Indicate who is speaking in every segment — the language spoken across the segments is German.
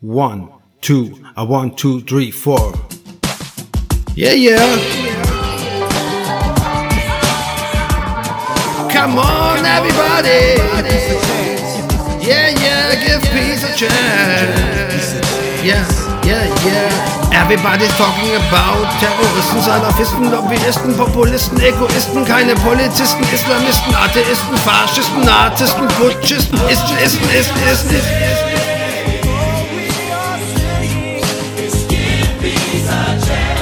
Speaker 1: One, two, a one, two, three, four.
Speaker 2: Yeah, yeah. Come on, everybody. Yeah, yeah, give peace a chance. Yeah, yeah, yeah. Everybody's talking about Terroristen, Salafisten, Lobbyisten, Populisten, Egoisten, keine Polizisten, Islamisten, Atheisten, Faschisten, Narzissten, Putschisten, Isten, Isten, Isten, Isten. Isten.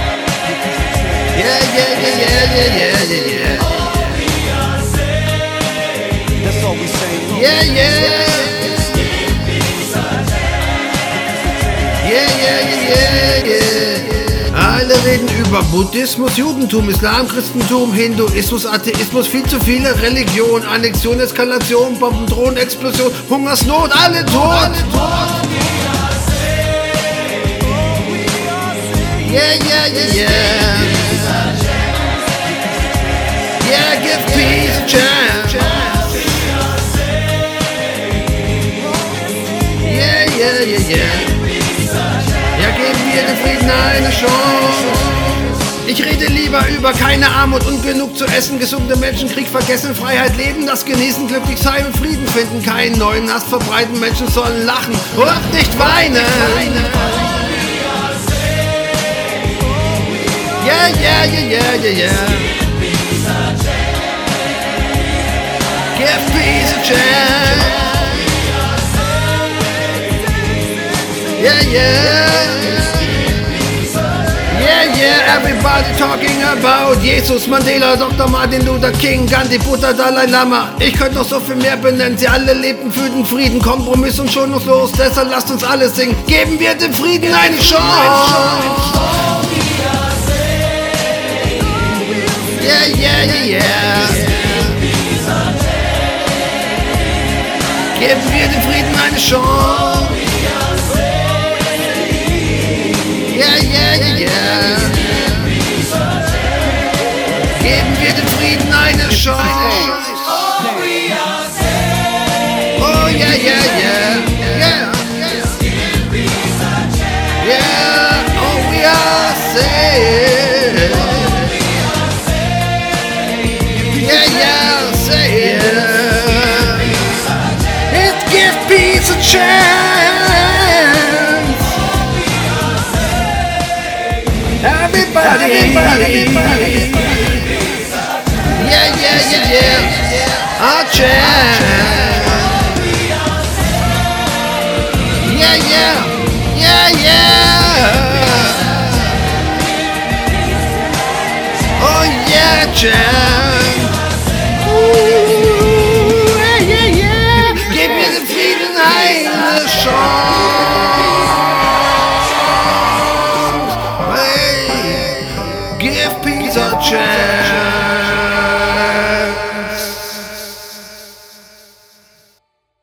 Speaker 2: Yeah, yeah, yeah, yeah, yeah, yeah, yeah, yeah.
Speaker 3: That's all we say.
Speaker 2: Yeah, yeah. Yeah, yeah, yeah, yeah. Alle reden über Buddhismus, Judentum, Islam, Christentum, Hinduismus, Atheismus, viel zu viele Religionen, Annexion, Eskalation, Bomben, Drohnen, Explosion, Hungersnot, alle tot. Yeah, yeah, yeah, yeah. Yeah, give peace a chance. Yeah, yeah, yeah, yeah. Ja, geben wir den Frieden eine Chance. Ich rede lieber über keine Armut und genug zu essen, gesunde Menschen, Krieg vergessen, Freiheit leben, das genießen, glücklich sein und Frieden finden, keinen neuen Hass verbreiten, Menschen sollen lachen und nicht weinen. Yeah, yeah, yeah, yeah, yeah, yeah. Give peace a chance. Yeah, yeah. Yeah, yeah, everybody talking about Jesus, Mandela, Dr. Martin Luther King, Gandhi, Buddha, Dalai Lama. Ich könnte noch so viel mehr benennen. Sie alle lebten für den Frieden, Kompromiss und schonungslos. Deshalb lasst uns alle singen. Geben wir dem Frieden eine Chance. Yeah, yeah, yeah, yeah. Geben wir dem Frieden eine Chance. Yeah, yeah, yeah, yeah. Geben wir dem Frieden eine Chance. Oh, yeah, yeah, yeah. Yeah, yeah. Yeah, oh, we are safe. Yeah, yeah, safe. Let's give peace a chance. Everybody, everybody. Yeah, yeah, yeah, yeah. A chance. Yeah, yeah, yeah, yeah. Oh yeah, chance. Ooh, yeah, yeah, yeah. Give me the feeling I song. Hey, give peace a chance.